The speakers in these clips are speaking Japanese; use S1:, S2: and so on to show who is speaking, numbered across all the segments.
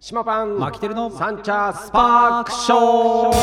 S1: 島パン
S2: マキテルの
S1: サンチャースパークショー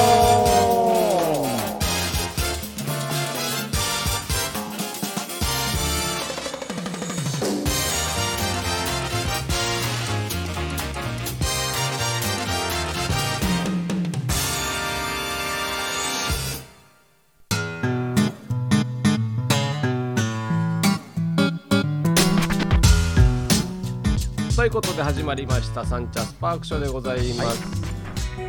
S1: ということで始まりましたサンチャースパークショーでございます、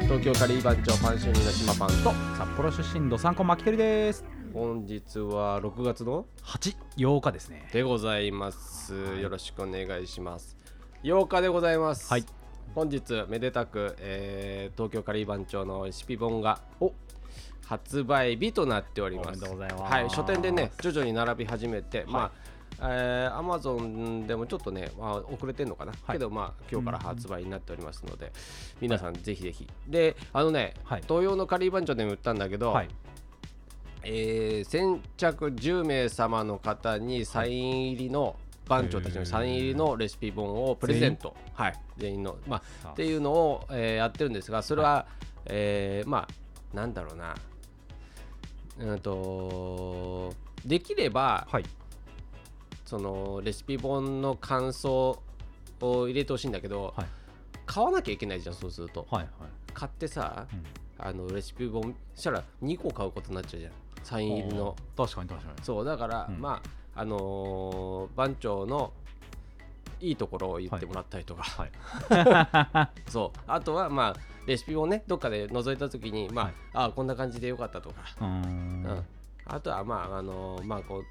S1: 東京カリー番長パン主任の島パンと
S2: 札幌出身どさんこマキテルです
S1: 本日は6月の
S2: 8 8日ですね
S1: でございますよろしくお願いします8日でございます、
S2: はい
S1: 本日めでたく、えー東京カリー番長のレシピ本がお発売日となっております
S2: おめでとうございます
S1: はい、書店でね徐々に並び始めて、まあえー、Amazon でもちょっとね、まあ、遅れてんのかな、
S2: はい
S1: けどまあ今日から発売になっておりますので、皆さんぜひぜひであのね、
S2: はい
S1: 東洋のカリー番長でも売ったんだけど、
S2: はい
S1: えー先着10名様の方にサイン入りの番長たちのサイン入りのレシピ本をプレゼント、はい、全員の、ま
S2: さ
S1: あ、
S2: あ
S1: っていうのを、えーやってるんですがそれは、えーまあなんだろうなうんとできれば、
S2: はい
S1: そのレシピ本の感想を入れてほしいんだけど、
S2: はい
S1: 買わなきゃいけないじゃんそうすると
S2: はいはい
S1: 買ってさ
S2: うん
S1: あのレシピ本したら2個買うことになっちゃうじゃんサイン入りの
S2: 確かに確かに
S1: そうだから、
S2: うん
S1: まああのー番長のいいところを言ってもらったりとか、
S2: はい
S1: そうあとはまあレシピをねどっかで覗いた時にま
S2: はい
S1: あ、あこんな感じでよかったとか、
S2: うー
S1: うん
S2: ん
S1: あとはまああのーまあこう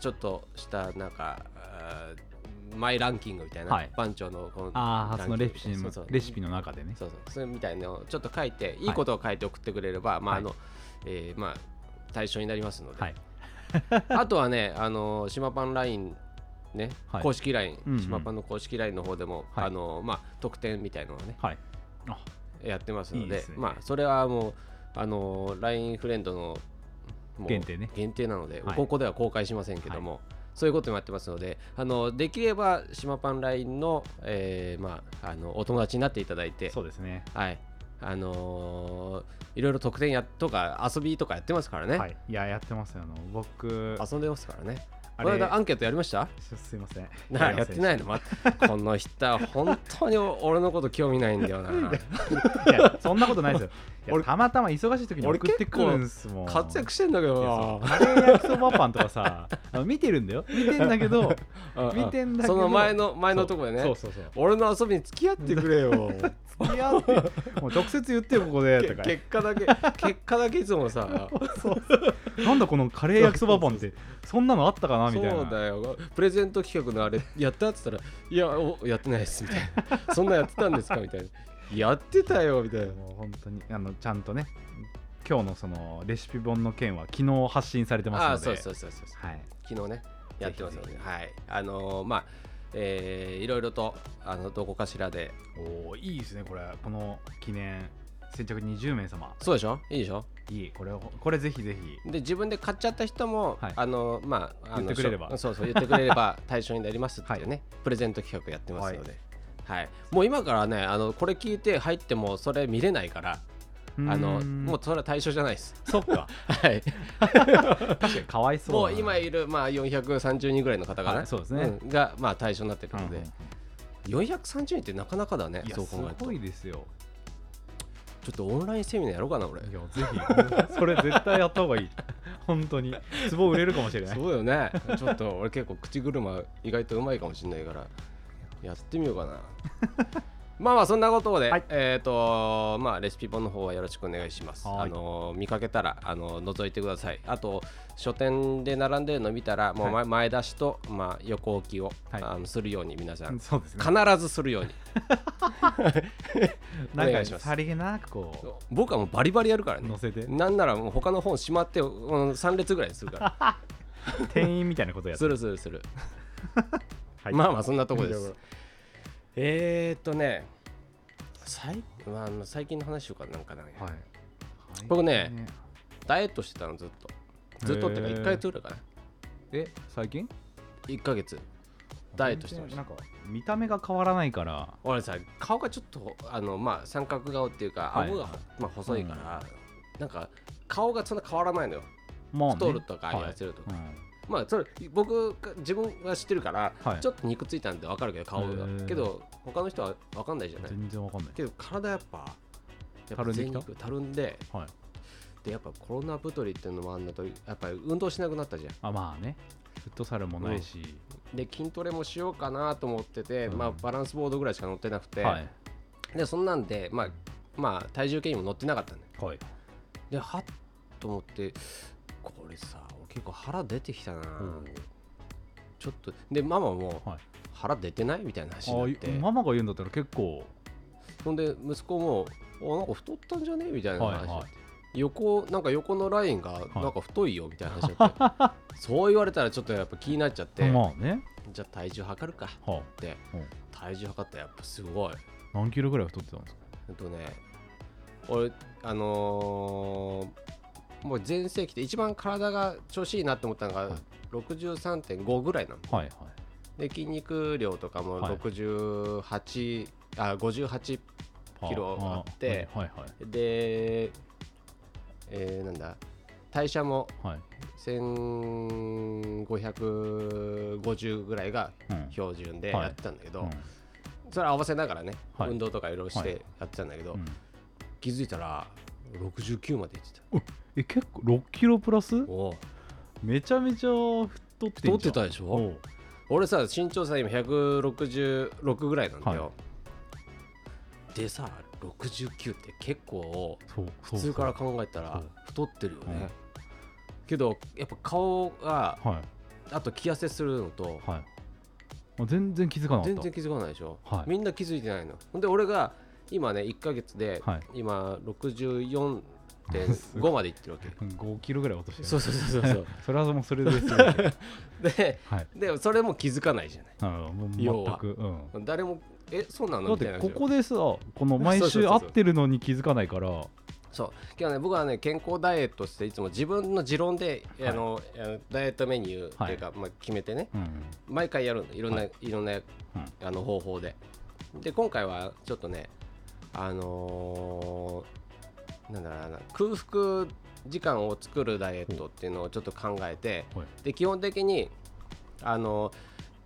S1: ちょっとしたなんかあーマイランキングみたいな、
S2: はい
S1: 番長のこの
S2: ああそのレシピ
S1: そ
S2: の
S1: うそう
S2: レシピの中でね
S1: そうそうそれみたいのをちょっと書いていいことを書いて送ってくれれば、まああの、えーまあ対象になりますので、
S2: はい
S1: あとはね、あの島パンラインね、
S2: はい
S1: 公式ライン、
S2: うんうん
S1: 島パンの公式ラインの方でも、
S2: はい
S1: あのまあ特典みたいのをね
S2: はいあ
S1: やってますので、
S2: いいですね
S1: まあそれはもうあのラインフレンドのもう
S2: 限定ね
S1: 限定なので、
S2: はい
S1: ここでは公開しませんけども。そういうこともやってますので、あのできれば島パンラインの、えーまああのお友達になっていただいて、
S2: そうですね
S1: はい、あのーいろいろ特典やとか遊びとかやってますからね、
S2: はいいややってますよあの僕
S1: 遊んでますからね。
S2: あ
S1: この
S2: れ
S1: 間アンケートやりました？
S2: すすいません
S1: なやってないいの、ま、この人は本当に俺のこと興味ないんだよな
S2: いやそんなことないですよい や
S1: 俺
S2: たまたま忙しい時に
S1: 俺
S2: 送ってくるんですもん
S1: 活躍してんだけど
S2: いや
S1: な
S2: そうカレー焼きそばパンとかさあの見てるんだよ見てんだ けど
S1: うんうん
S2: 見てんだけど
S1: その前の前のとこで
S2: そ
S1: ね
S2: うそうそう
S1: 俺の遊びに付き合ってくれよ
S2: いやってもう直接言ってよこ こでと
S1: け
S2: か
S1: 結果だけ結果だけいつもさ
S2: なんだこのカレー焼きそばパンってそんな のあったかなみ
S1: そ
S2: たいな
S1: うだよプレゼント企画のあれやったって言ったら「いやおやってないです」みたいな「 そんなやってたんですか?」みたいな「やってたよ」みたいな
S2: もう本当にあのちゃんとね今日のそのレシピ本の件は昨日発信されてますの
S1: あ
S2: で
S1: あそうそうそうそうそう
S2: はい
S1: 昨日ねやってますの
S2: ぜ
S1: で
S2: ひぜ
S1: はいあのーまあえーいろいろとあのどこかしらで
S2: おーいいですねこれこの記念先着20名様
S1: そうでしょいいでしょ
S2: いいこれをこれぜひぜひ
S1: で自分で買っちゃった人も、
S2: はい
S1: あのまああの
S2: 言ってくれれば
S1: しょそうそう言ってくれれば対象になりますっていうね、プレゼント企画やってますので、はいもう今からねあのこれ聞いて入ってもそれ見れないからあの
S2: うーん
S1: もうそれは対象じゃないです
S2: そっか
S1: はい
S2: 確かにかわいそう
S1: も
S2: だ
S1: う
S2: な
S1: 今いる、まあ、430人ぐらいの方がね、
S2: はいそうですね
S1: んが、まあ、対象になってる
S2: うん
S1: の
S2: うん
S1: で、
S2: うん
S1: 430人ってなかなかだね
S2: いや
S1: そう
S2: す
S1: 考えると
S2: ごいですよ
S1: ちょっとオンラインセミナーやろうかな俺
S2: いやぜひそれ絶対やった方がいい本当にツボ売れるかもしれない
S1: そうだよねちょっと俺結構口車意外とうまいかもしれないからやってみようかな まあまあそんなことで、
S2: はい
S1: えっ、とまあレシピ本の方はよろしくお願いします
S2: はい
S1: あの見かけたらあの覗いてくださいあと書店で並んでるの見たらもう前,、
S2: はい
S1: 前出しと、まあ、横置きを、
S2: はい
S1: あのするように皆さん
S2: そうですね
S1: 必ずするように
S2: な
S1: お願
S2: んか
S1: いします
S2: さりげなくこ
S1: 僕はもうバリバリやるから
S2: う
S1: ね
S2: 載せて
S1: なんならもう他の本しまって、うん、3列ぐらいにする か
S2: 店員みたいなことや
S1: ら
S2: って
S1: するするする
S2: はい
S1: まあまあそんなとこで
S2: いい
S1: す
S2: とこ。
S1: えーっとね、最まああの最近の話とかなんかなんや
S2: はい
S1: 僕ねダイエットしてたのずっと。ずっとってか
S2: へー
S1: 1ヶ月ぐらいかな。
S2: え最近
S1: 1ヶ月。ダイエットしてました
S2: なんか見た目が変わらないから
S1: 俺さ顔がちょっとあの、まあ、三角顔っていうか
S2: はい
S1: 顎が、まあ、細いから、なんか顔がそんな変わらないのよ
S2: まあ、ね、
S1: 太るとか
S2: はい
S1: 痩せるとか
S2: うん
S1: まあそれ僕が自分は知ってるから、
S2: はい
S1: ちょっと肉ついたんで分かるけど顔
S2: へ
S1: が
S2: ー
S1: けど他の人は分かんないじゃない
S2: 全然わかんない
S1: けど体やっぱや
S2: た
S1: っぱ
S2: るんで
S1: 全
S2: きた
S1: 肉たるんで
S2: はい
S1: でやっぱコロナ太りっていうのもあんだとやっぱり運動しなくなったじゃん
S2: あまあねフットサルもないし、
S1: で筋トレもしようかなと思ってて、
S2: うん
S1: まあ、バランスボードぐらいしか乗ってなくて、
S2: はい
S1: でそんなんで、まあまあ、体重計にも乗ってなかったんだよ
S2: はい
S1: ではっと思ってこれさ俺結構腹出てきたな、
S2: ん
S1: ちょっとでママも、
S2: はい
S1: 腹出てないみたいな話になっ
S2: あ
S1: て
S2: いママが言うんだったら結構
S1: ほんで息子も「あなんか太ったんじゃね?」みたいな話、
S2: はいはい
S1: 横なんか横のラインがなんか太いよみたいな話になって、そう言われたらちょっとやっぱ気になっちゃって、
S2: まあね、
S1: じゃあ体重測るかっ
S2: は
S1: て
S2: うん
S1: 体重測ったらやっぱすごい
S2: あ、何キロぐらい太ってたんですか
S1: えっとね俺あのーもう全盛期で一番体が調子いいなって思ったのが、
S2: はい
S1: 63.5ぐらいなの
S2: はいは
S1: で
S2: い
S1: 筋肉量とかも
S2: はい
S1: 68、あ58
S2: は
S1: キロあって
S2: はいはい
S1: で、えーなんだ代謝も
S2: はい、はい
S1: 1550ぐらいが
S2: うん
S1: 標準で
S2: はい
S1: やってたんだけど、
S2: うん
S1: それ合わせながらね、
S2: はい
S1: 運動とかいろいろし
S2: はい
S1: てやってたんだけど、
S2: うん
S1: 気づいたら69までいって
S2: え結構6キロプラス
S1: たおう
S2: めちゃめちゃ太ってんじゃん
S1: 太ってたでしょ
S2: おう
S1: 俺さ身長さ今166ぐらいなんだよ、でさ69って結構
S2: そうそ
S1: 普
S2: う
S1: 通から考えた
S2: そ
S1: ら
S2: う
S1: 太ってるよね、けどやっぱ顔が
S2: はい
S1: あと気痩せするのと
S2: はいあ全然気づかなかった
S1: 全然気づかないでしょ、
S2: はい
S1: みんな気づいてないのほんで俺が今ね1ヶ月で
S2: はい
S1: 今64.5までいってるわ け
S2: 5キロぐらい落としてる
S1: そうそうそうそうそう
S2: それはもうそれです よはい
S1: ででそれも気づかないじゃない
S2: なるほどもう
S1: 要は
S2: 全く、うん、
S1: 誰もえそうなの
S2: だっ
S1: みたい
S2: て
S1: な話
S2: こ
S1: よ
S2: こでさこの毎
S1: そうそう
S2: 週
S1: そう
S2: 会
S1: そう
S2: ってるのに気づかないからは
S1: そう今日ね僕はね健康ダイエットしていつも自分の持論で、
S2: はい
S1: あのあのダイエットメニューっていうか、まあ、決めてね
S2: い、
S1: 毎回やるのいろんな、、
S2: はい
S1: ろんな、あの方法でで今回はちょっとねあのーなんだろうな空腹時間を作るダイエットっていうのをちょっと考えてで基本的にあのー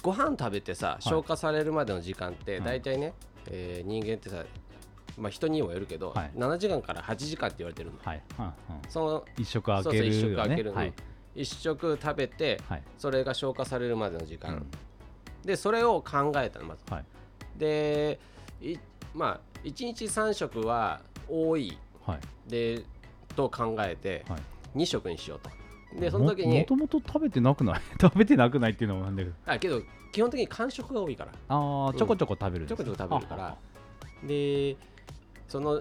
S1: ご飯食べてさ
S2: い
S1: 消化されるまでの時間って
S2: うん
S1: 大体ね、えー人間ってさまあ人にもよるけど、
S2: はい
S1: 7時間から8時間って言われてるの
S2: はい、うんうん
S1: その
S2: 一食開け
S1: そうそう一
S2: る
S1: 食
S2: よ
S1: 開け
S2: ね
S1: るの
S2: はい
S1: 一食食べて
S2: はい
S1: それが消化されるまでの時
S2: う
S1: 間、
S2: ん
S1: でそれを考えたのまず
S2: はい
S1: でいまあ1日3食は多い
S2: はい
S1: でと考えて
S2: はい
S1: 2食にしようとでその時
S2: もも
S1: に
S2: ともと食べてなくない 食べてなくないっていうのもなんだけど
S1: あけど基本的に間食が多いから
S2: ああちょこちょこ食べる
S1: ち
S2: んで
S1: ょ
S2: す
S1: こ
S2: ね
S1: ちょこ食べるからでその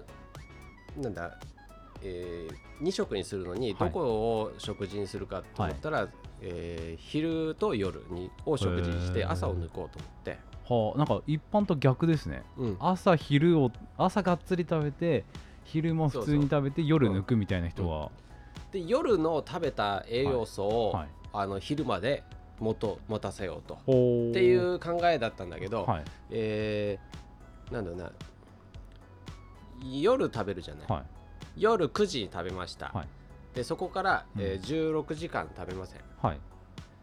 S1: なんだえ2食にするのに
S2: は
S1: ど
S2: い
S1: こを食事にするかと思ったら、えー昼と夜にを食事にし
S2: へ
S1: て
S2: ー
S1: 朝を抜こうと思って、
S2: はあなんか一般と逆ですね
S1: うん、
S2: 朝昼を朝がっつり食べて昼も普通に食べて夜抜くみたいな人は、
S1: で夜の食べた栄養素を、
S2: はい
S1: あの昼までもと持たせようと。
S2: ほー
S1: っていう考えだったんだけど、
S2: はい
S1: えーなんだろうな夜食べるじゃない、
S2: はい
S1: 夜9時に食べました、
S2: はい
S1: でそこから、
S2: うん
S1: えー16時間食べません
S2: はい、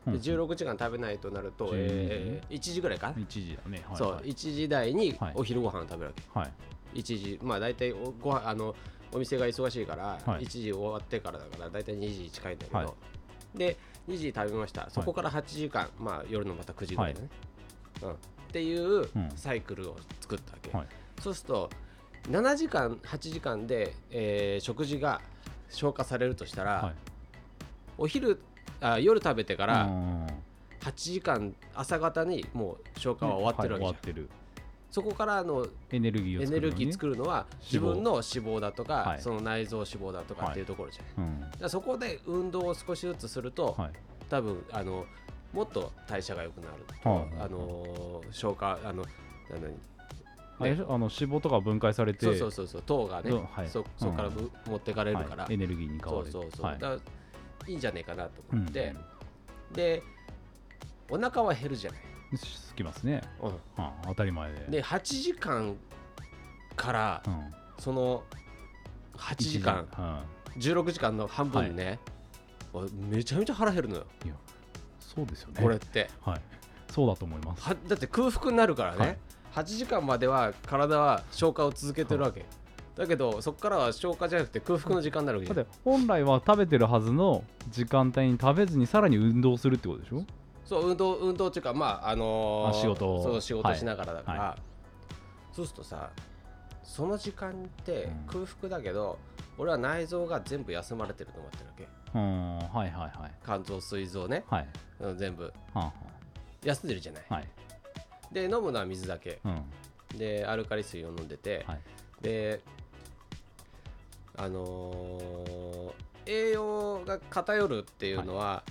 S2: う
S1: で
S2: ん
S1: 16時間食べないとなると、えー1時ぐらいかな、
S2: 1時だねはい
S1: そう
S2: はい
S1: 1時台に
S2: はい
S1: お昼ご飯を食べるわけ、
S2: はい
S1: 1時まあ大体おご飯あのお店が忙しいから、
S2: は
S1: 1
S2: い
S1: 時終わってからだから大体2時近いんだけど、
S2: はい
S1: で2時食べましたそこから8時間、まあ夜のまた9時ぐらいだね、うん、っていうサイクルを作ったわけ、
S2: はい
S1: そうすると7時間8時間で、えー食事が消化されるとしたら、
S2: はい
S1: お昼あ夜食べてから、
S2: うん
S1: 8時間朝方にもう消化は終わってるわけじゃん、
S2: はい終わってる
S1: そこからの
S2: エネルギーを
S1: エ
S2: 作
S1: ネ
S2: るの
S1: ル
S2: に
S1: ギー作るのは自
S2: 脂肪
S1: 分の脂肪だとか、
S2: はい
S1: その内臓脂肪だとか
S2: はい
S1: っていうところじゃん、
S2: うん
S1: だからそこで運動を少しずつすると、
S2: はい
S1: 多分あのもっと代謝が良くなると、
S2: はい
S1: あのー消化あのなんだに
S2: あれでしょあの脂肪とか分解されて
S1: そうそうそうそう糖がね、
S2: うんはい
S1: そそこからぶ、持ってかれる
S2: はい
S1: から、
S2: エネルギーに変
S1: そ
S2: わ
S1: う
S2: る
S1: そうそう、、
S2: はいい
S1: だからいいんじゃねえかなと
S2: う
S1: 思
S2: ん
S1: って、でお腹は減るじゃない
S2: つきますね、
S1: うん
S2: うん、当たり前で
S1: で8時間から
S2: うん、1
S1: その8時間、16時間の半分ね、俺めちゃめちゃ腹減るのよ
S2: うん、いやそうですよね
S1: これって
S2: はいそうだと思います
S1: はだって空腹になるからね、
S2: はい
S1: 8時間までは体は消化を続けてるわけ、だけどそこからは消化じゃなくて空腹の時間になるわけ
S2: だっ
S1: じゃん
S2: て本来は食べてるはずの時間帯に食べずにさらに運動するってことでしょ
S1: そう運動運動っていうかまああのー
S2: あ仕事を
S1: そう仕事
S2: はい
S1: しながらだから、
S2: は
S1: そうするとさその時間って
S2: うん
S1: 空腹だけど、俺は内臓が全部休まれてると思ってるわけ
S2: うんはいはいはい
S1: 肝臓膵臓ね
S2: はい
S1: うん全部
S2: はんはん
S1: 休んでるじゃない、
S2: はい
S1: で飲むのは水だけ
S2: うんは
S1: でアルカリ水を飲んでて、
S2: はい
S1: であのー栄養が偏るっていうのは、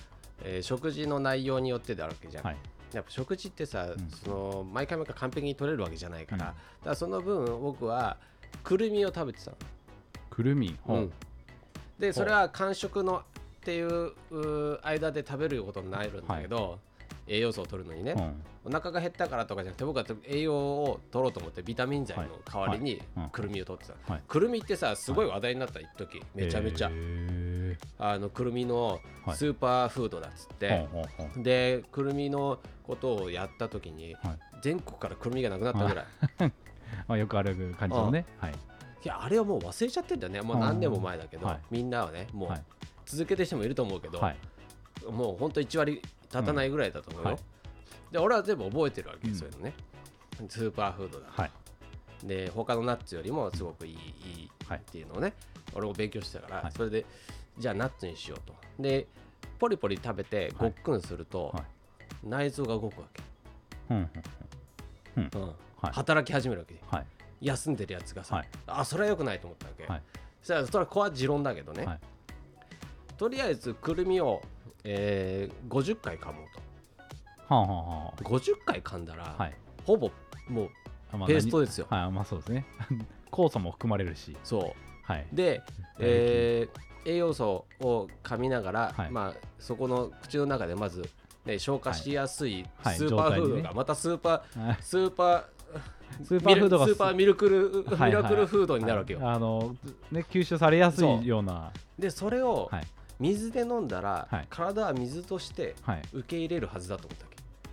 S1: えー食事の内容によってであるわけじゃん、
S2: はい
S1: やっぱ食事ってさ、
S2: うん
S1: その毎回毎回完璧に取れるわけじゃないから、
S2: う
S1: だ
S2: ん
S1: からその分僕はくるみを食べてたの、
S2: くるみほう
S1: うんでそれは間食のっていううー間で食べることになるんだけど、栄養素を取るのにね、
S2: うん
S1: お腹が減ったからとかじゃなくて僕は栄養を取ろうと思ってビタミン剤の代わりに
S2: はいうん
S1: くるみを取ってた、
S2: はい
S1: くるみってさすごい話題になった一時めちゃめちゃ、
S2: へー
S1: あのくるみのスーパーフードだっつって、
S2: ほうほうほう
S1: でくるみのことをやった時に、
S2: はい
S1: 全国からくるみがなくなったぐらい、
S2: まあ、よくある感じのねはい
S1: いやあれはもう忘れちゃってんだよねもう何年も前だけど、
S2: うんはい
S1: みんなはねもう
S2: はい
S1: 続けてる人もいると思うけど、
S2: はい
S1: もうほんと1割立たないぐらいだと思うよ、
S2: うんはい
S1: で俺は全部覚えてるわけ、
S2: うん
S1: そういうのねスーパーフードだ
S2: はい
S1: で他のナッツよりもすごくいい,、いい
S2: はい
S1: っていうのをね俺も勉強してたから、
S2: はい
S1: それでじゃあナッツにしようとでポリポリ食べてごっくんすると、
S2: はいはい
S1: 内臓が動くわ
S2: うんうん
S1: け、うん
S2: はい
S1: 働き始めるわけ
S2: はい
S1: 休んでるやつがさ、
S2: はい
S1: あそれは良くないと思ったわけ、
S2: はい
S1: そしたらそれはこは持論だけどね、
S2: はい
S1: とりあえずくるみを、えー50回噛もう
S2: はんはんはん
S1: と50回噛んだら、
S2: はい
S1: ほぼもう
S2: あまあ
S1: ペーストですよ、
S2: 何はいまあそうですね酵素も含まれるし
S1: そう
S2: はい
S1: で、えー栄養素を噛みながら、
S2: はい
S1: まあ、そこの口の中でまず、ね、消化しやすい
S2: はい
S1: スーパーフード
S2: 状態
S1: が、
S2: にね
S1: またスーパー
S2: あ
S1: スーパ
S2: ス
S1: ー
S2: ーパーフードが
S1: ミルスーパーミルクル、
S2: はいはい
S1: ミラクルフードになるわけよ、
S2: あのね吸収されやすいような
S1: でそれを
S2: はい
S1: 水で飲んだら、
S2: はい
S1: 体は水として
S2: はい
S1: 受け入れるはずだと思ったわ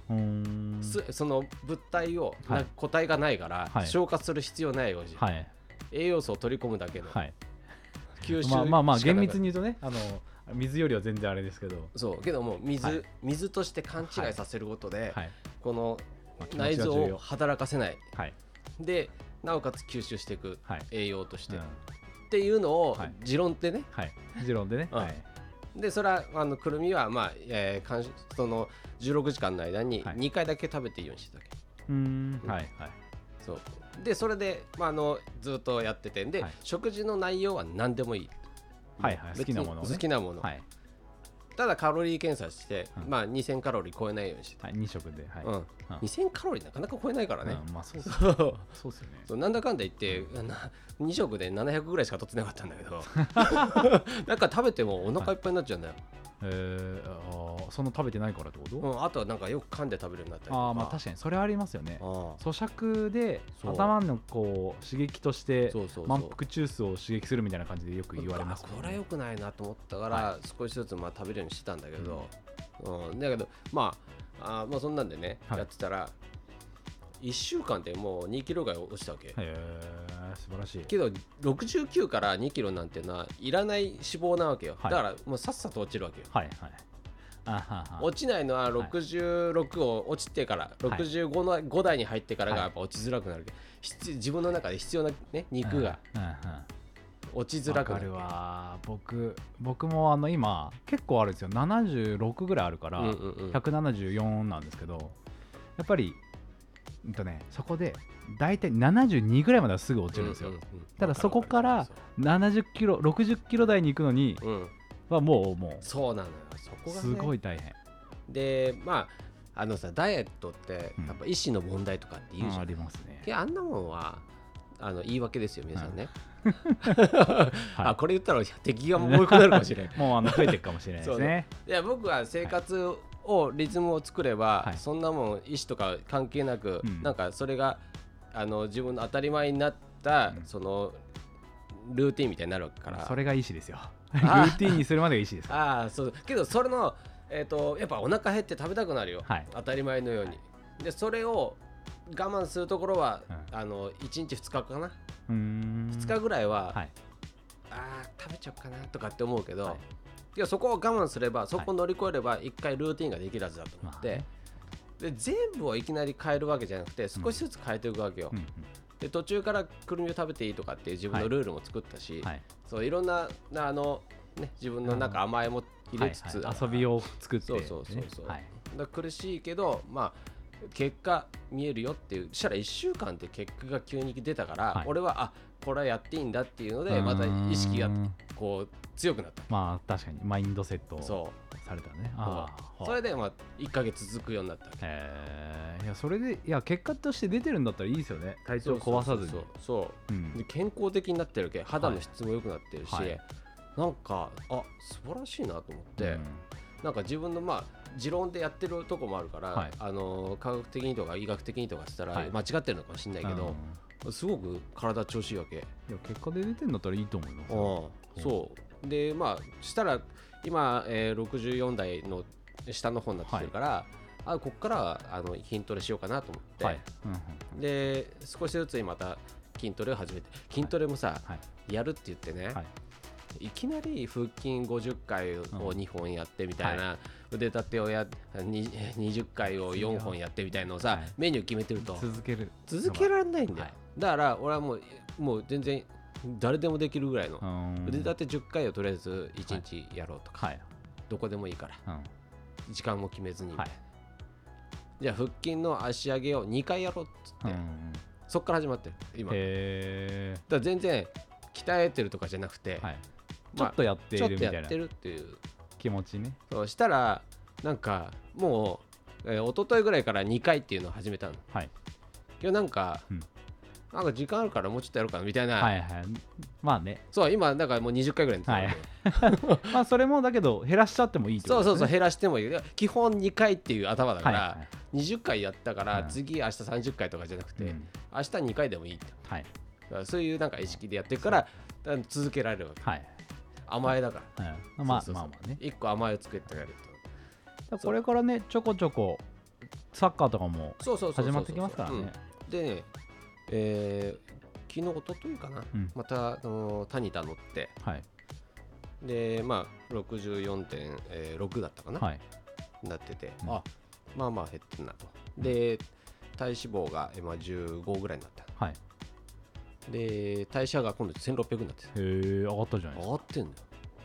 S1: け、
S2: うーん
S1: すその物体を、な
S2: はい
S1: 個体がないから、
S2: はい
S1: 消化する必要ないように、
S2: はい
S1: 栄養素を取り込むだけの
S2: はい
S1: 吸収しか
S2: ま
S1: な
S2: あ
S1: く
S2: まあまあ厳密に言うとねあの水よりは全然あれですけど
S1: そうけどもう水、
S2: はい
S1: 水として勘違いさせることで、
S2: はい
S1: この
S2: まあ気持ちは
S1: 内臓
S2: 重
S1: を
S2: 要
S1: 働かせない
S2: はい
S1: でなおかつ吸収していく
S2: はい
S1: 栄養とし
S2: う
S1: て、
S2: ん
S1: っていうのを
S2: はい
S1: 持論ってね、
S2: はい持論でね
S1: うん
S2: はい
S1: でそれはあのくるみは、まあえー間食その16時間の間に
S2: はい
S1: 2回だけ食べていいようにしてたわけ、
S2: うーんはいはい
S1: そうでそれで、まあ、あのずっとやっててで、
S2: はい
S1: 食事の内容は何でもいい、
S2: はいはい
S1: 別
S2: 好き
S1: に
S2: なものをね
S1: 好きなもの、
S2: はい
S1: ただカロリー検査して、
S2: うん
S1: まあ、2000カロリー超えないようにしてた、
S2: はい二食ではい
S1: うん、2000カロリーなかなか超えないからね、
S2: うんま あそうっすそうっすよね
S1: そうなんだかんだ言ってな2食で700ぐらいしか取ってなかったんだけ どなんか食べてもお腹いっぱいになっちゃうんだよ、
S2: えーあーその食べてないからってこと
S1: うん、あとはなんかよく噛んで食べるようになったりとか
S2: ああまあ確かにそれはありますよね
S1: ああ
S2: 咀嚼で
S1: そう
S2: 頭のこう刺激として
S1: そうそうそう
S2: 満腹中枢を刺激するみたいな感じでよく言われます
S1: あ
S2: もんね
S1: これ良くないなと思ったから、
S2: は
S1: 少しずつまあ食べるようにしてたんだけど、うんだけどまああーまあそんなんでね、
S2: はい
S1: やってたら1週間でもう2キロぐらい落ちたわけ、
S2: へえ素晴らしい
S1: けど69から2キロなんていうのはいらない脂肪なわけよ、
S2: はい
S1: だからもうさっさと落ちるわけよ
S2: はいはいあはは
S1: 落ちないのはい66を落ちてから、65の5台に入ってからが
S2: はい
S1: やっぱ落ちづらくなるけど、必自分の中で必要な、ね、肉が
S2: うんうん
S1: 落ちづ
S2: わ
S1: らく
S2: か
S1: なる
S2: るわ僕僕もあの今結構あるんですよ76ぐらいあるから、
S1: うんうんうん
S2: 174なんですけどやっぱり、うんとね、そこで大体72ぐらいまではすぐ落ちるんですよ、
S1: うううん
S2: ただそこから70キロ60キロ台に行くのに
S1: そううん、
S2: はもうもう
S1: そうなのよそこが、ね、
S2: すごい大変
S1: でまああのさダイエットって
S2: うん
S1: やっぱ医師の問題とかって言うじゃん、
S2: あ
S1: い
S2: りますね。
S1: やあんなもんはあの言い訳ですよ皆さんね、
S2: はい
S1: あこ れ言ったら敵がもう一個なるかもしれない
S2: もうあの増えていくかもしれないですね。
S1: いや僕は生活をリズムを作れば、
S2: はい
S1: そんなもん意思とか関係なく、
S2: うん
S1: なんかそれがあの自分の当たり前になった、
S2: うん
S1: そのルーティンみたいになるから
S2: それが意思ですよルーティンにするまでが意思です
S1: ああそうけどそれの、えー、とやっぱお腹減って食べたくなるよ、
S2: はい
S1: 当たり前のようにでそれを我慢するところは、
S2: う
S1: あの1日2日かな、
S2: うーん
S1: 2日ぐらいは、
S2: はい
S1: あー食べちゃおうかなとかって思うけど、
S2: はい
S1: けどそこを我慢すればそこを乗り越えれば一回ルーティンができるはずだと思って、
S2: まあね
S1: で全部をいきなり変えるわけじゃなくて少しずつ変えていくわけよ、
S2: うんうん
S1: で途中からくるみを食べていいとかっていう自分のルールも作ったし、い
S2: はい
S1: そういろんななあの、ね、自分のなんか甘えも入れつつ、
S2: はいはい遊びを作って
S1: そうそうそうそう
S2: はい
S1: だから苦しいけど、まあ、結果見えるよっていうそしたら1週間って結果が急に出たから、
S2: はい
S1: 俺はあこれはやっていいんだっていうのでまた意識が
S2: うーん
S1: こう強くなった
S2: まあ確かにマインドセットを
S1: そう
S2: されたねああ
S1: それでまあ1か月続くようになったわけ
S2: えーいやそれでいや結果として出てるんだったらいいですよね体調壊さずに
S1: そうそうそう
S2: う
S1: そうで
S2: ん
S1: 健康的になってるけ肌の質も良くなってるし、
S2: はいはい
S1: なんかあ素晴らしいなと思って、
S2: うん
S1: なんか自分のまあ持論でやってるとこもあるから、
S2: はい
S1: あの科学的にとか医学的にとかしたら
S2: はい
S1: 間違ってるのかもしれないけど、すごく体調子いいわけ、
S2: うんいや結果で出てるんだったらいいと思いますよ
S1: うん、そうでまあしたら今、えー、64代の下の方になってきてるから、あこっからはあの筋トレしようかなと思って、
S2: はいうんうん
S1: で少しずつまた筋トレを始めて筋トレもさ、
S2: はい
S1: やるって言ってね、
S2: はい
S1: い、きなり腹筋50回を
S2: うん
S1: 2本やってみたいな、腕立てをやに20回を4本やってみたいのをさ、
S2: はい
S1: メニュー決めてると
S2: 続ける
S1: 続けられないんだよ、
S2: はい
S1: だから俺はもうもう全然誰でもできるぐらいの、
S2: うん
S1: 腕立て10回をとりあえず1日やろうとか、
S2: はい
S1: どこでもいいから
S2: うん
S1: 時間も決めずに、
S2: はい
S1: じゃあ腹筋の足上げを2回やろうっつって、
S2: うん
S1: そっから始まってる今
S2: へ
S1: だから全然鍛えてるとかじゃなくて、
S2: えはいちょ
S1: まあ
S2: っとやってい
S1: ちょ
S2: る
S1: っ
S2: み
S1: と
S2: た
S1: や
S2: い
S1: っ
S2: な
S1: てるっていう
S2: 気持ちね
S1: そうしたらなんかもう、えー、一昨日ぐらいから2回っていうのを始めたの
S2: はい
S1: 今日なんか、
S2: うん
S1: なんか時間あるからもうちょっとやろうかなみたいな、
S2: はいはいまあね
S1: そう今なんかもう20回ぐらいになってる
S2: まあそれもだけど減らしちゃってもいいってこ
S1: そうそ
S2: と
S1: う
S2: です
S1: そう
S2: ね
S1: 減らしてもいい基本2回っていう頭だか
S2: はい
S1: ら、
S2: は
S1: 20回やったから、
S2: うん
S1: 次明日30回とかじゃなくて、
S2: いうん
S1: 明日2回でもいいって
S2: はい
S1: だからそういうなんか意識でやってるからだから続けられるわけ
S2: はい
S1: 甘えだから
S2: うんまあ
S1: そうそう
S2: ま
S1: そ
S2: あ
S1: う
S2: まあね
S1: 1個甘えを作ってあげる
S2: だからこれからねちょこちょこサッカーとかも
S1: とそうそうそうそう
S2: 始まってきますから
S1: うん
S2: ね
S1: でね、えー昨日、一昨日かな、
S2: うん
S1: また、あのータニタ乗って、
S2: はい
S1: で、まあ、64.6だったかな、
S2: はい
S1: なってて、
S2: うん
S1: あまあまあ減ってんなと。で、体脂肪が今15ぐらいになった。
S2: はいへ
S1: で、代謝が今度1600になってて、
S2: え上がったじゃないで
S1: 上
S2: す
S1: がってんのよ。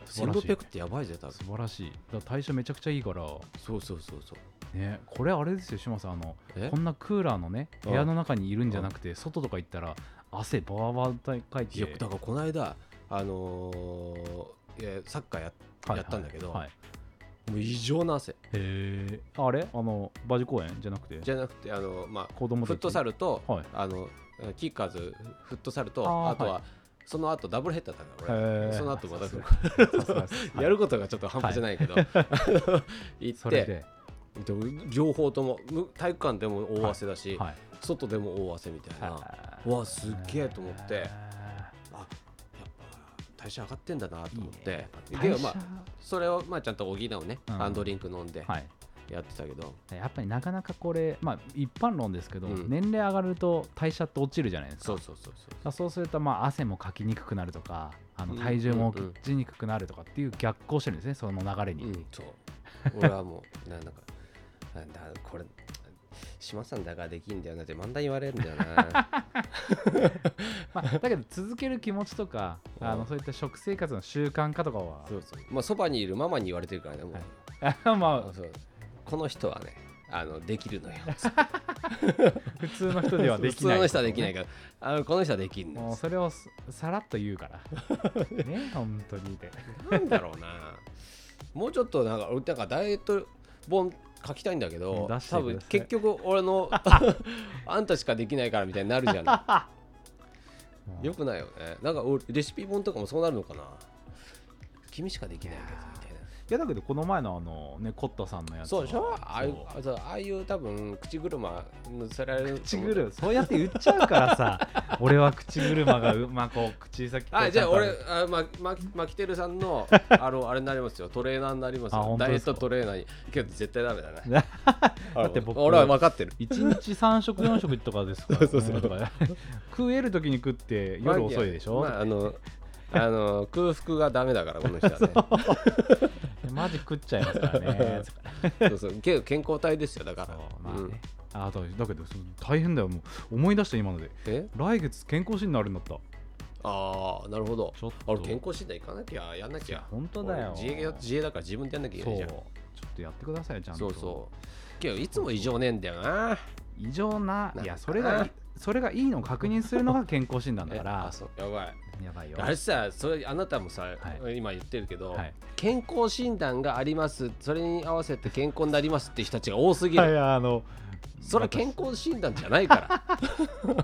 S2: 素晴らしいね
S1: 1600ってやばいぜ、多
S2: か
S1: 分
S2: 素晴らしいだから代謝めちゃくちゃいいから
S1: そうそうそうそう。
S2: ねこれあれですよ島さんあの
S1: え
S2: こんなクーラーのね
S1: うん
S2: 部屋の中にいるんじゃなくて外とか行ったら汗バーバーかい
S1: い
S2: て
S1: やだからこの間、あのーいやサッカーや
S2: はい
S1: やったんだけど
S2: はい
S1: もう異常な汗
S2: へえあれあの馬事公園じゃなくて
S1: じゃなくて、あのまあ、
S2: 子供た
S1: フ
S2: ち
S1: ットサルと、
S2: はい
S1: あのキッカーズフットサルと
S2: あー
S1: あとは、
S2: は
S1: その後ダブルヘッダーだから
S2: へ
S1: 俺
S2: ー
S1: その後ま
S2: さすが
S1: た
S2: さすがですは い
S1: やることがちょっと半端じゃないけど、 行っ
S2: それ
S1: て
S2: で
S1: でも両方ともむ体育館でも大汗だし、
S2: はい
S1: 外でも大汗みたいな、うわすっげえと思って
S2: へ
S1: あやっぱ代謝上がってんだなと思って
S2: いいね
S1: で
S2: ー代謝
S1: まあそれを、まあ、ちゃんと補うね、
S2: うん
S1: ハンドリンク飲んで
S2: はい
S1: やってたけど、
S2: やっぱりなかなかこれ、まあ、一般論ですけど、
S1: うん
S2: 年齢上がると代謝って落ちるじゃないですか
S1: そうそうそう
S2: だからそうするとまあ汗もかきにくくなるとかあの体重も落ちにくくなるとかっていう逆行してるんですねその流れ
S1: そう、
S2: に、
S1: うん、そう俺はもうななんかなんだこれ島さんだからできんだよなって漫談言われるんだよ な
S2: まあ、だけど続ける気持ちとか
S1: うん
S2: あのそういった食生活の習慣化とかは
S1: そうそうまあそばにいるママに言われてるからねもう、
S2: はい まあ
S1: そうこの人はねあのできる のよ
S2: 普通の人ではできな
S1: 普通
S2: い
S1: の人はできないからあのこの人はできんの
S2: もう
S1: よ
S2: それをすさらっと言うから ね本当にで
S1: なんだろうなもうちょっとなんか俺なんかダイエット本書きたいんだけど
S2: 出してくださ
S1: 多
S2: い
S1: 分結局俺 のあんたしかできないからみたいになるじゃない
S2: もう
S1: よくないよね。なんか俺レシピ本とかもそうなるのかな君しかできないけどみたいな。
S2: やだけどこの前のあのねコッタさんのやつ
S1: そうでしょ
S2: は
S1: ああいう
S2: そう
S1: あそうああいう多分口車乗せられる
S2: 口車そうやって言っちゃうからさ俺は口車がうまあこう口先こう
S1: あじゃあ
S2: ちんと
S1: 俺あままマキテルさん のあのあれになりますよトレーナーになります
S2: あ
S1: よ
S2: 本当
S1: ダイエ
S2: で
S1: ッ
S2: すか
S1: トトレーナーにけど絶対ダメ だね
S2: だって僕
S1: 俺は分かってる
S2: 一日3食4食とかですから、ね、
S1: そうそうそう
S2: だから食える時に食って夜遅いでしょ、
S1: まあ、あのあの空腹がダメだからこの人はね
S2: マジ食っちゃいま すからね
S1: そうそうけど健康体ですよだか
S2: そ
S1: ら
S2: うまあね、あだだけどそう大変だよもう思い出した今ので
S1: うん、え
S2: 来月健康診断あるんだった
S1: ああなるほど
S2: ちょっと
S1: 俺健康診断行かなきゃやんなきゃ
S2: 本当だよ
S1: 俺自営業自営だから自分でやんなきゃいけ
S2: そ
S1: ないう
S2: ち
S1: じゃ
S2: ょ
S1: ん
S2: っとやってくださいよちゃん
S1: そ
S2: と
S1: うそうけどいつも異常ねえんだよな
S2: 異常な
S1: ないん
S2: や
S1: か
S2: それがい
S1: な
S2: それがいいのを確認するのが健康診 断だか
S1: あ
S2: ら
S1: そうやばい
S2: やばいよ
S1: あれさそれあなたもさ、
S2: は
S1: 今言ってるけど、
S2: はい
S1: 健康診断がありますそれに合わせて健康になりますって人たちが多すぎる、
S2: はいあの
S1: それは健康診断じゃない から
S2: い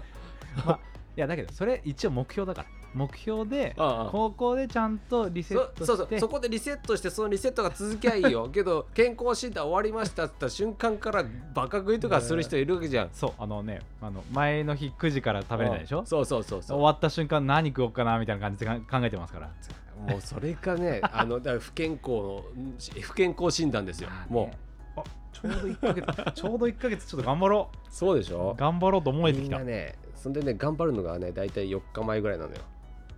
S2: やだけどそれ一応目標だから目標で
S1: ああ
S2: 高校でちゃんとリセ
S1: そ
S2: ット
S1: そうそ
S2: し
S1: う
S2: て
S1: そこでリセットしてそのリセットが続きゃいい よけど健康診断終わりましたって言った瞬間からバカ食いとかする人いるわけじゃん
S2: そうあのねあの前の日9時から食べれないでしょ
S1: そうそうそう
S2: 終
S1: そう
S2: わった瞬間何食おうかなみたいな感じでか考えてますから
S1: もうそれが ねあのだから不健康の不健康診断ですよもう
S2: うあちょうど1ヶ月 ちょうど1ヶ月ちょっと頑張ろ
S1: そうでし
S2: う
S1: ょ
S2: 頑張ろうと思えて
S1: み
S2: き
S1: ん
S2: た
S1: なねそんでね頑張るのがね大体4日前ぐらいなのよ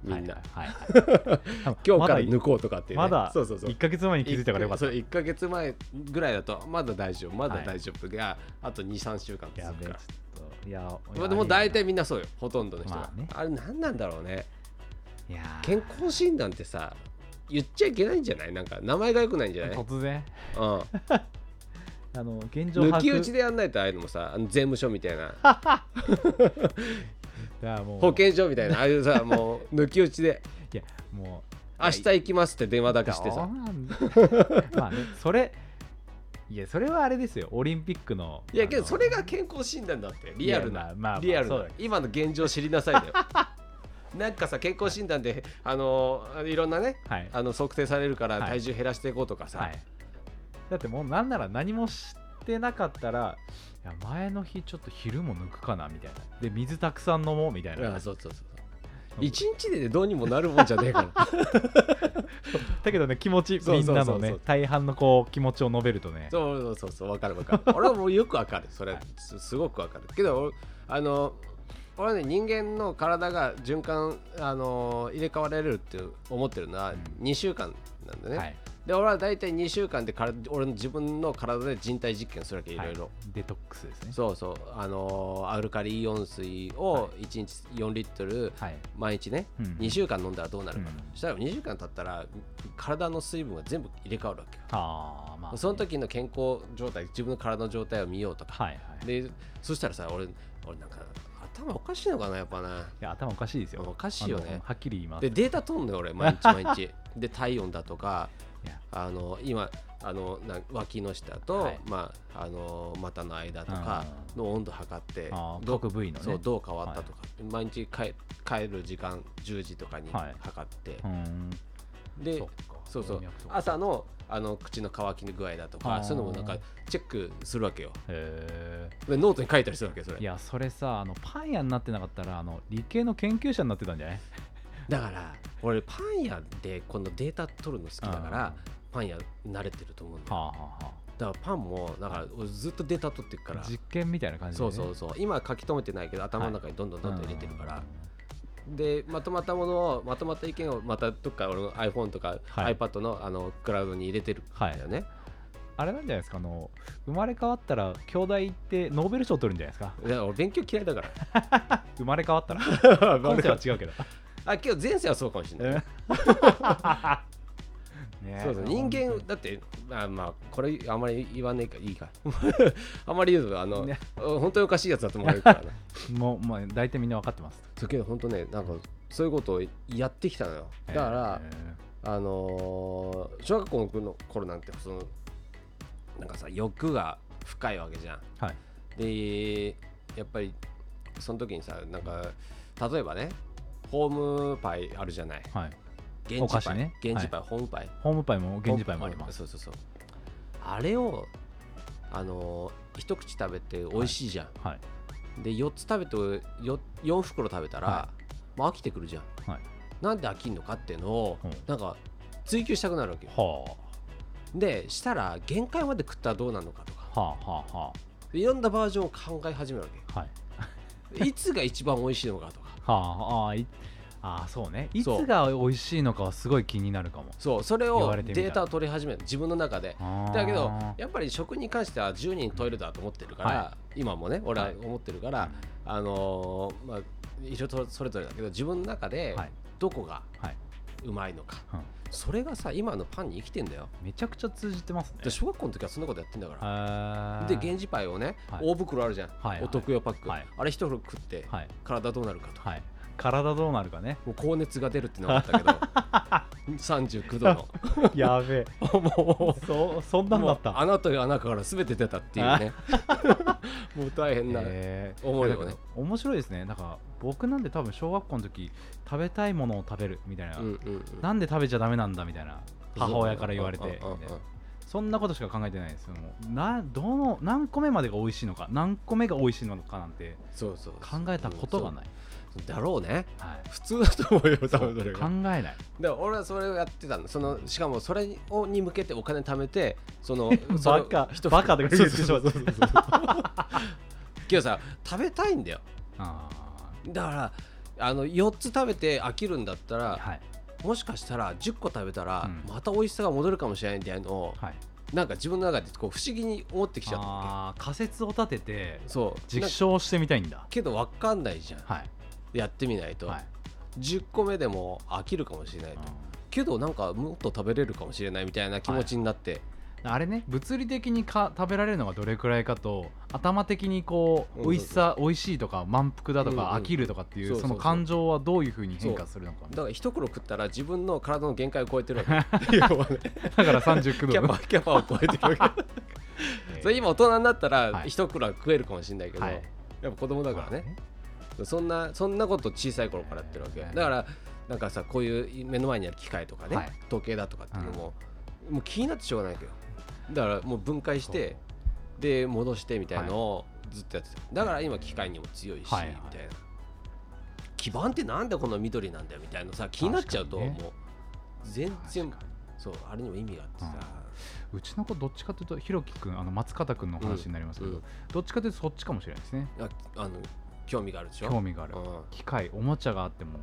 S1: みんな、
S2: はいはいはい
S1: 今日から
S2: まだ
S1: 抜こうとかって、ね、
S2: まだ
S1: そうそうそう
S2: 1ヶ月前に気づいたからよかった
S1: そう1ヶ月前ぐらいだとまだ大丈夫まだ
S2: はい
S1: 大丈夫が、あと23週間
S2: や
S1: 続
S2: べえ
S1: く
S2: ち
S1: か
S2: ょ
S1: ら
S2: っといや
S1: まあでも大体みんなそうよほとんどの人が、
S2: まあね
S1: あれ何なんだろうね
S2: いやー
S1: 健康診断ってさ言っちゃいけないんじゃないなんか名前が良くないんじゃない、うん、
S2: 突然あの現状把
S1: 抜き打ち
S2: 握
S1: でやんないとああいうのもさあの税務署みたいな
S2: だからもう
S1: 保健所みたいなああいうさもう抜き打ちで
S2: いやもう
S1: 明日行きますって電話だけして
S2: そう
S1: さ
S2: なんだ まあねそれいやそれはあれですよオリンピックの
S1: いやけ
S2: あ
S1: ど
S2: の
S1: それが健康診断だってリアル
S2: いや
S1: な
S2: まあまあまあ
S1: リアル
S2: そう
S1: な
S2: だけ
S1: 今の現状知りなさいだよ なんかさ健康診断であのいろんなね
S2: はい
S1: あの測定されるから
S2: はい
S1: 体重減らしていこうとか
S2: は
S1: さ
S2: い、だってもうなんなら何もしてなかったらいや前の日ちょっと昼も抜くかなみたいなで水たくさん飲もうみたいな
S1: あそうそうそう一日でどうにもなるもんじゃねえから
S2: だけどね気持ち
S1: そう
S2: みん
S1: そうそう
S2: な
S1: そう
S2: のね大半のこう気持ちを述べるとね
S1: そうそうそうそうわかるわかる 俺はもうよくわかるそれ
S2: はい
S1: すすごくわかるけどあの俺はね人間の体が循環あの入れ替われるって思ってるのは
S2: うん
S1: 2週間なんだね、
S2: はい
S1: で俺は大体2週間でから俺の自分の体で人体実験するわけいろいろ、
S2: はデトックスですね
S1: そうそうあのーアルカリイオン水
S2: は
S1: を1日4リットル
S2: はい
S1: 毎日ね、
S2: うん
S1: 2週間飲んだらどうなるか、
S2: うん
S1: そしたら2週間経ったら体の水分が全部入れ替わるわけよ、
S2: ああまあね、
S1: その時の健康状態自分の体の状態を見ようとか
S2: はいはいい
S1: でそしたらさ俺俺なんか頭おかしいのかなやっぱな
S2: や頭おかしいですよ
S1: おかしいよね
S2: あのはっきり言います
S1: でデータ取んのよ俺毎日毎 日で体温だとか
S2: いや
S1: あの今あのな脇の下と、
S2: はい
S1: まあ、あの股の間とかの温度測って
S2: あー
S1: ど
S2: 各部位のね
S1: そうどう変わったとか、毎日帰帰る時間10時とかに
S2: はい
S1: 測って、
S2: うーん
S1: で
S2: そっか
S1: そうそう
S2: こんにゃくとか
S1: 朝のあの口の乾きの具合だと
S2: あ
S1: か
S2: ー
S1: そういうのもなんかチェックするわけよ
S2: へ
S1: でノートに書いたりするわけよそれ
S2: えいやそれさあのパン屋になってなかったらあの理系の研究者になってたんじゃない
S1: だから俺パン屋でこのデータ取るの好きだからパン屋慣れてると思うんだ
S2: は
S1: よ
S2: あはあは
S1: だからパンもだから俺ずっとデータ取ってるか
S2: あ
S1: ら
S2: 実験みたいな感じで、
S1: そ
S2: ね、
S1: うそうそう今書き留めてないけど頭の中にどんどんどんどん入れてるから、でまとまったものをまとまった意見をまたどっか俺の iPhone とか
S2: はい
S1: iPad のあのクラウドに入れてるん
S2: はい
S1: だよね、
S2: あれなんじゃないですかあの生まれ変わったら兄弟ってノーベル賞取るんじゃないですか
S1: だから俺勉強嫌い だか
S2: 生まれ変わ ったら
S1: ら
S2: 今世は違うけど
S1: あ今日前世はそうかもし れない、
S2: ねえ
S1: そうそう人間だってあまあこれあまり言わねえかいいか あまり言うとあの、
S2: ね
S1: 本当におかしいやつだと思われるからな
S2: もう、まあ、大体みんな分かってます
S1: そうけど本当ねなんかそういうことをやってきたのよだから、あのー小学校の頃なんてそのなんかさ欲が深いわけじゃん。
S2: えーはい
S1: でやっぱりその時にさなんか例えばねホームパイあるじゃない
S2: はい
S1: 現
S2: お菓
S1: 地
S2: 子
S1: パイ、
S2: ね
S1: 現地
S2: は
S1: パイ、ホームパイ
S2: ホームパイも現地パイもあります、
S1: うんそうそうそうあれをあのー一口食べて美味しいじゃん、
S2: はい
S1: で4つ食べて 4, 4袋食べたら、
S2: は
S1: もう飽きてくるじゃん、
S2: はい
S1: なんで飽きんのかっていうのを、
S2: うん
S1: なんか追求したくなるわけよ
S2: は
S1: でしたら限界まで食ったらどうなるのかとか
S2: あはあはあはい
S1: ろんなバージョンを考え始めるわ
S2: あはい
S1: けよいつが一番美味しいのかとか
S2: はああいあーそうねいつ
S1: そう
S2: が美味しいのかはすごい気になるかも
S1: そうそれ
S2: 言
S1: を
S2: われてみたら
S1: データを取り始める自分の中で
S2: あー
S1: だけどやっぱり食に関しては10人トイレだと思ってるから、
S2: は
S1: 今もね俺は
S2: はい
S1: 思ってるから、あのーまあ人とそれぞれだけど自分の中で
S2: はい
S1: どこが
S2: はいう
S1: まいのか、
S2: うん
S1: それがさ今のパンに生きてんだよ
S2: めちゃくちゃ通じてますね
S1: で小学校の時はそんなことやってんだから、
S2: へー
S1: で源氏パイをね、
S2: はい
S1: 大袋あるじゃん、
S2: はいはい
S1: お得用パック、
S2: はい
S1: あれ一袋食って
S2: はい
S1: 体どうなるかと、
S2: はい体どうなるかね
S1: もう高熱が出るってのはあったけど39度の
S2: やべえ
S1: も
S2: そそん
S1: う
S2: なんだ
S1: もう
S2: った
S1: 穴という穴から全て出たって いうねもう大変な、
S2: えー
S1: 思うよね
S2: だけど面白いですねなんか僕なんで多分小学校の時食べたいものを食べるみたいな、
S1: うんうんうん
S2: なんで食べちゃダメなんだみたいな母親から言われて
S1: うんうんうんうん
S2: みたいなそんなことしか考えてないですよもうなどの何個目までが美味しいのか何個目が美味しいのかなんて
S1: そうそう
S2: 考えたことがない、
S1: そうだろうね
S2: はい、
S1: 普通だと思うよ多分それ
S2: 考
S1: が
S2: えない
S1: で俺はそれをやってたのそのしかもそれをに向けてお金貯めてそ のそれを
S2: バカ
S1: 一袋
S2: バカとか言ってしま
S1: そううそうそうそうけどさ食べたいんだよ
S2: あ
S1: だからあの4つ食べて飽きるんだった
S2: ー
S1: ら
S2: はい
S1: もしかしたら10個食べたら
S2: うん
S1: また美味しさが戻るかもしれないみたいなのを
S2: はい
S1: なんか自分の中でこう不思議に思ってきちゃったわ
S2: あー仮説を立てて
S1: けそう
S2: 実
S1: なんか
S2: 証してみたいんだ
S1: けど分かんないじゃん
S2: はい
S1: やってみないと
S2: はい
S1: 10個目でも飽きるかもしれないとけどなんかもっと食べれるかもしれないみたいな気持ちになって、
S2: うんあれね物理的にか食べられるのがどれくらいかと頭的にこ
S1: うん
S2: う美味しさ美味しいとか満腹だと
S1: うんうん
S2: か飽きるとかってい
S1: そうそ
S2: う
S1: うそ
S2: そうの感情はどういうふうに変化するのか
S1: だから一袋食ったら自分の体の限界を超えてるわ け要はね
S2: だから39
S1: キ
S2: 度
S1: ャ
S2: の
S1: パキャパを超えてるわけそれ今大人になったら
S2: はい
S1: 一袋は食えるかもしれないけど、
S2: はい
S1: やっぱ子供だからね、そんなそんなこと小さい頃からやってるわけだからなんかさこういう目の前にある機械とかね、
S2: はい
S1: 時計だとかっていうのも、もう気になってしょうがないわけどだからもう分解してで戻してみたいなのをずっとやってただから今機械にも強いし、
S2: はいはい
S1: みたいな基盤ってなんでこの緑なんだよみたいなさ気になっちゃうと
S2: 確かにね
S1: もう全
S2: 確
S1: 然
S2: かに
S1: そうあれにも意味があってさ、
S2: うちの子どっちかというとひろきくんあの松方くんの話になりますけど、
S1: うんうん
S2: どっちかというとそっちかもしれないですね
S1: ああの興味があるでしょ
S2: 興味がある、
S1: うん
S2: 機械おもちゃがあっても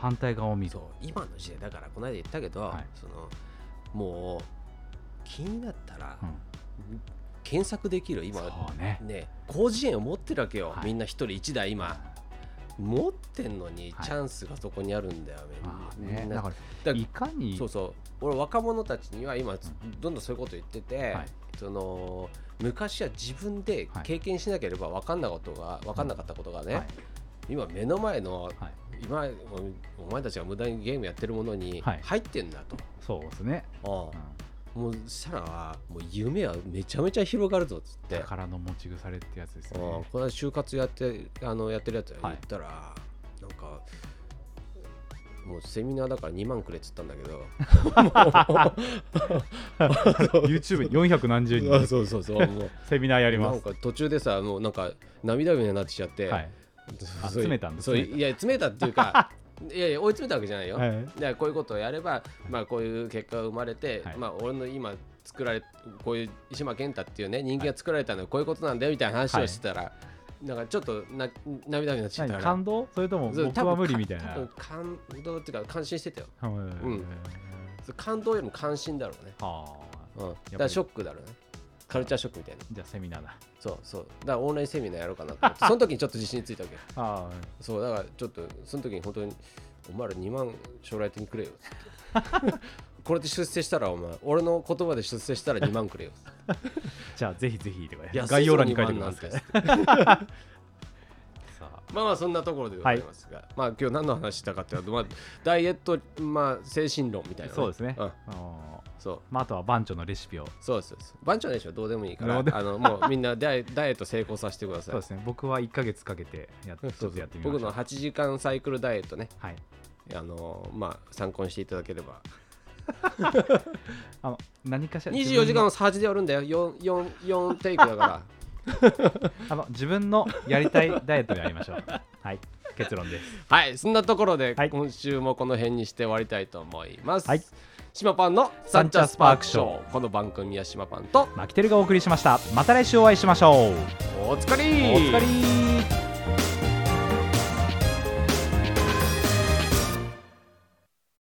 S2: 反対側を見る
S1: そう今の時代だからこの間言ったけど、
S2: はい
S1: そのもう気になったら
S2: うん
S1: 検索できる今
S2: そうね
S1: ね広辞苑を持ってるわけよ、
S2: はい
S1: みんな一人一台今持ってんのに
S2: はい
S1: チャンスがそこにあるんだよ、
S2: まあ
S1: みんな
S2: ね、
S1: みん
S2: だ
S1: な
S2: か
S1: だ
S2: ら
S1: か
S2: いかに
S1: らそうそう俺若者たちには今どんどんそういうこと言ってて、
S2: はい
S1: その昔は自分で経験しなければ分かんなことが分かんなかったことがね、
S2: はい
S1: 今目の前の
S2: はい
S1: 今おお前たちが無駄にゲームやってるものに
S2: はい
S1: 入ってんだと、
S2: そうですね、
S1: あ
S2: う
S1: あ
S2: ん
S1: もうそしたらもう夢はめちゃめちゃ広がるぞっつって、
S2: 宝の持ち腐れってやつです
S1: うん
S2: ね
S1: この間就活やってあのやってるやつに
S2: は
S1: 言
S2: い
S1: ったら、なんかもうセミナーだから2万くれっつったんだ けど
S2: YouTube に4何十
S1: あ
S2: 人
S1: そうそうそうもう
S2: セミナー やり
S1: なん
S2: ます
S1: か途中でさもうなんか涙目になってきちゃって、
S2: はいあ
S1: そう
S2: 詰めたんだ
S1: そう
S2: 詰めた
S1: いや詰めたっていう かいやいや追い詰めたわけじゃないよ、
S2: はい
S1: だからこういうことをやれば、まあ、こういう結果が生まれて、
S2: はい
S1: まあ、俺の今作られこういう石島健太っていうね人間が作られたのはこういうことなんだよみたいな話をしてたら、なんかちょっとな涙になっちゃった
S2: 何
S1: から
S2: 感動それとも
S1: そう
S2: 僕は無理みたい
S1: 多
S2: な
S1: 分感動っていうか感心してたよ
S2: うん
S1: んそう感動よりも感心だろうね、
S2: は
S1: う
S2: あ
S1: ん、
S2: り
S1: だからショックだろうねカルチャーショックみたいな
S2: じゃあセミナーだ
S1: そうそうだからオンラインセミナーやろうかなと思ってその時にちょっと自信ついたわけ
S2: ああ
S1: そうだからちょっとその時に本当に「お前ら2万将来的にくれよ」っ つってこれで出世したらお前俺の言葉で出世したら2万くれよっつって
S2: じゃあぜひぜひとか
S1: 安いぞ
S2: 概要欄に書いておき
S1: 2万な
S2: ま
S1: ん
S2: す
S1: て
S2: か
S1: っ
S2: ら
S1: つ
S2: さ
S1: って
S2: あ
S1: まあまあそんなところでございますが、まあ今日何の話したかっていうと、まあ、ダイエット、まあ、精神論みたいなね、
S2: そうですね
S1: うん、
S2: あの
S1: そう
S2: まああとは番長のレシピを
S1: そうですそうです番長でしょどうでもいいから
S2: どうでも
S1: あのもうみんなダイダイエット成功させてください
S2: そうですね僕は1ヶ月かけてやっ
S1: そう
S2: ちょっとやってみま
S1: 僕
S2: し
S1: の
S2: た
S1: 8時間サイクルダイエットね
S2: はい
S1: あのまあ参考にしていただければ
S2: あの何かしら
S1: 24時
S2: 自分
S1: 間
S2: の
S1: をサージでやるんだよ4 4 4テイクだから
S2: あの自分のやりたいダイエットをやりましょうはい結論です
S1: はい、そんなところで
S2: はい
S1: 今週もこの辺にして終わりたいと思います。
S2: はい
S1: 島パンのサンチャスパークショー。この番組は島パンと
S2: マキテルがお送りしましたまた来週お会いしましょう
S1: おつかり
S2: お疲れ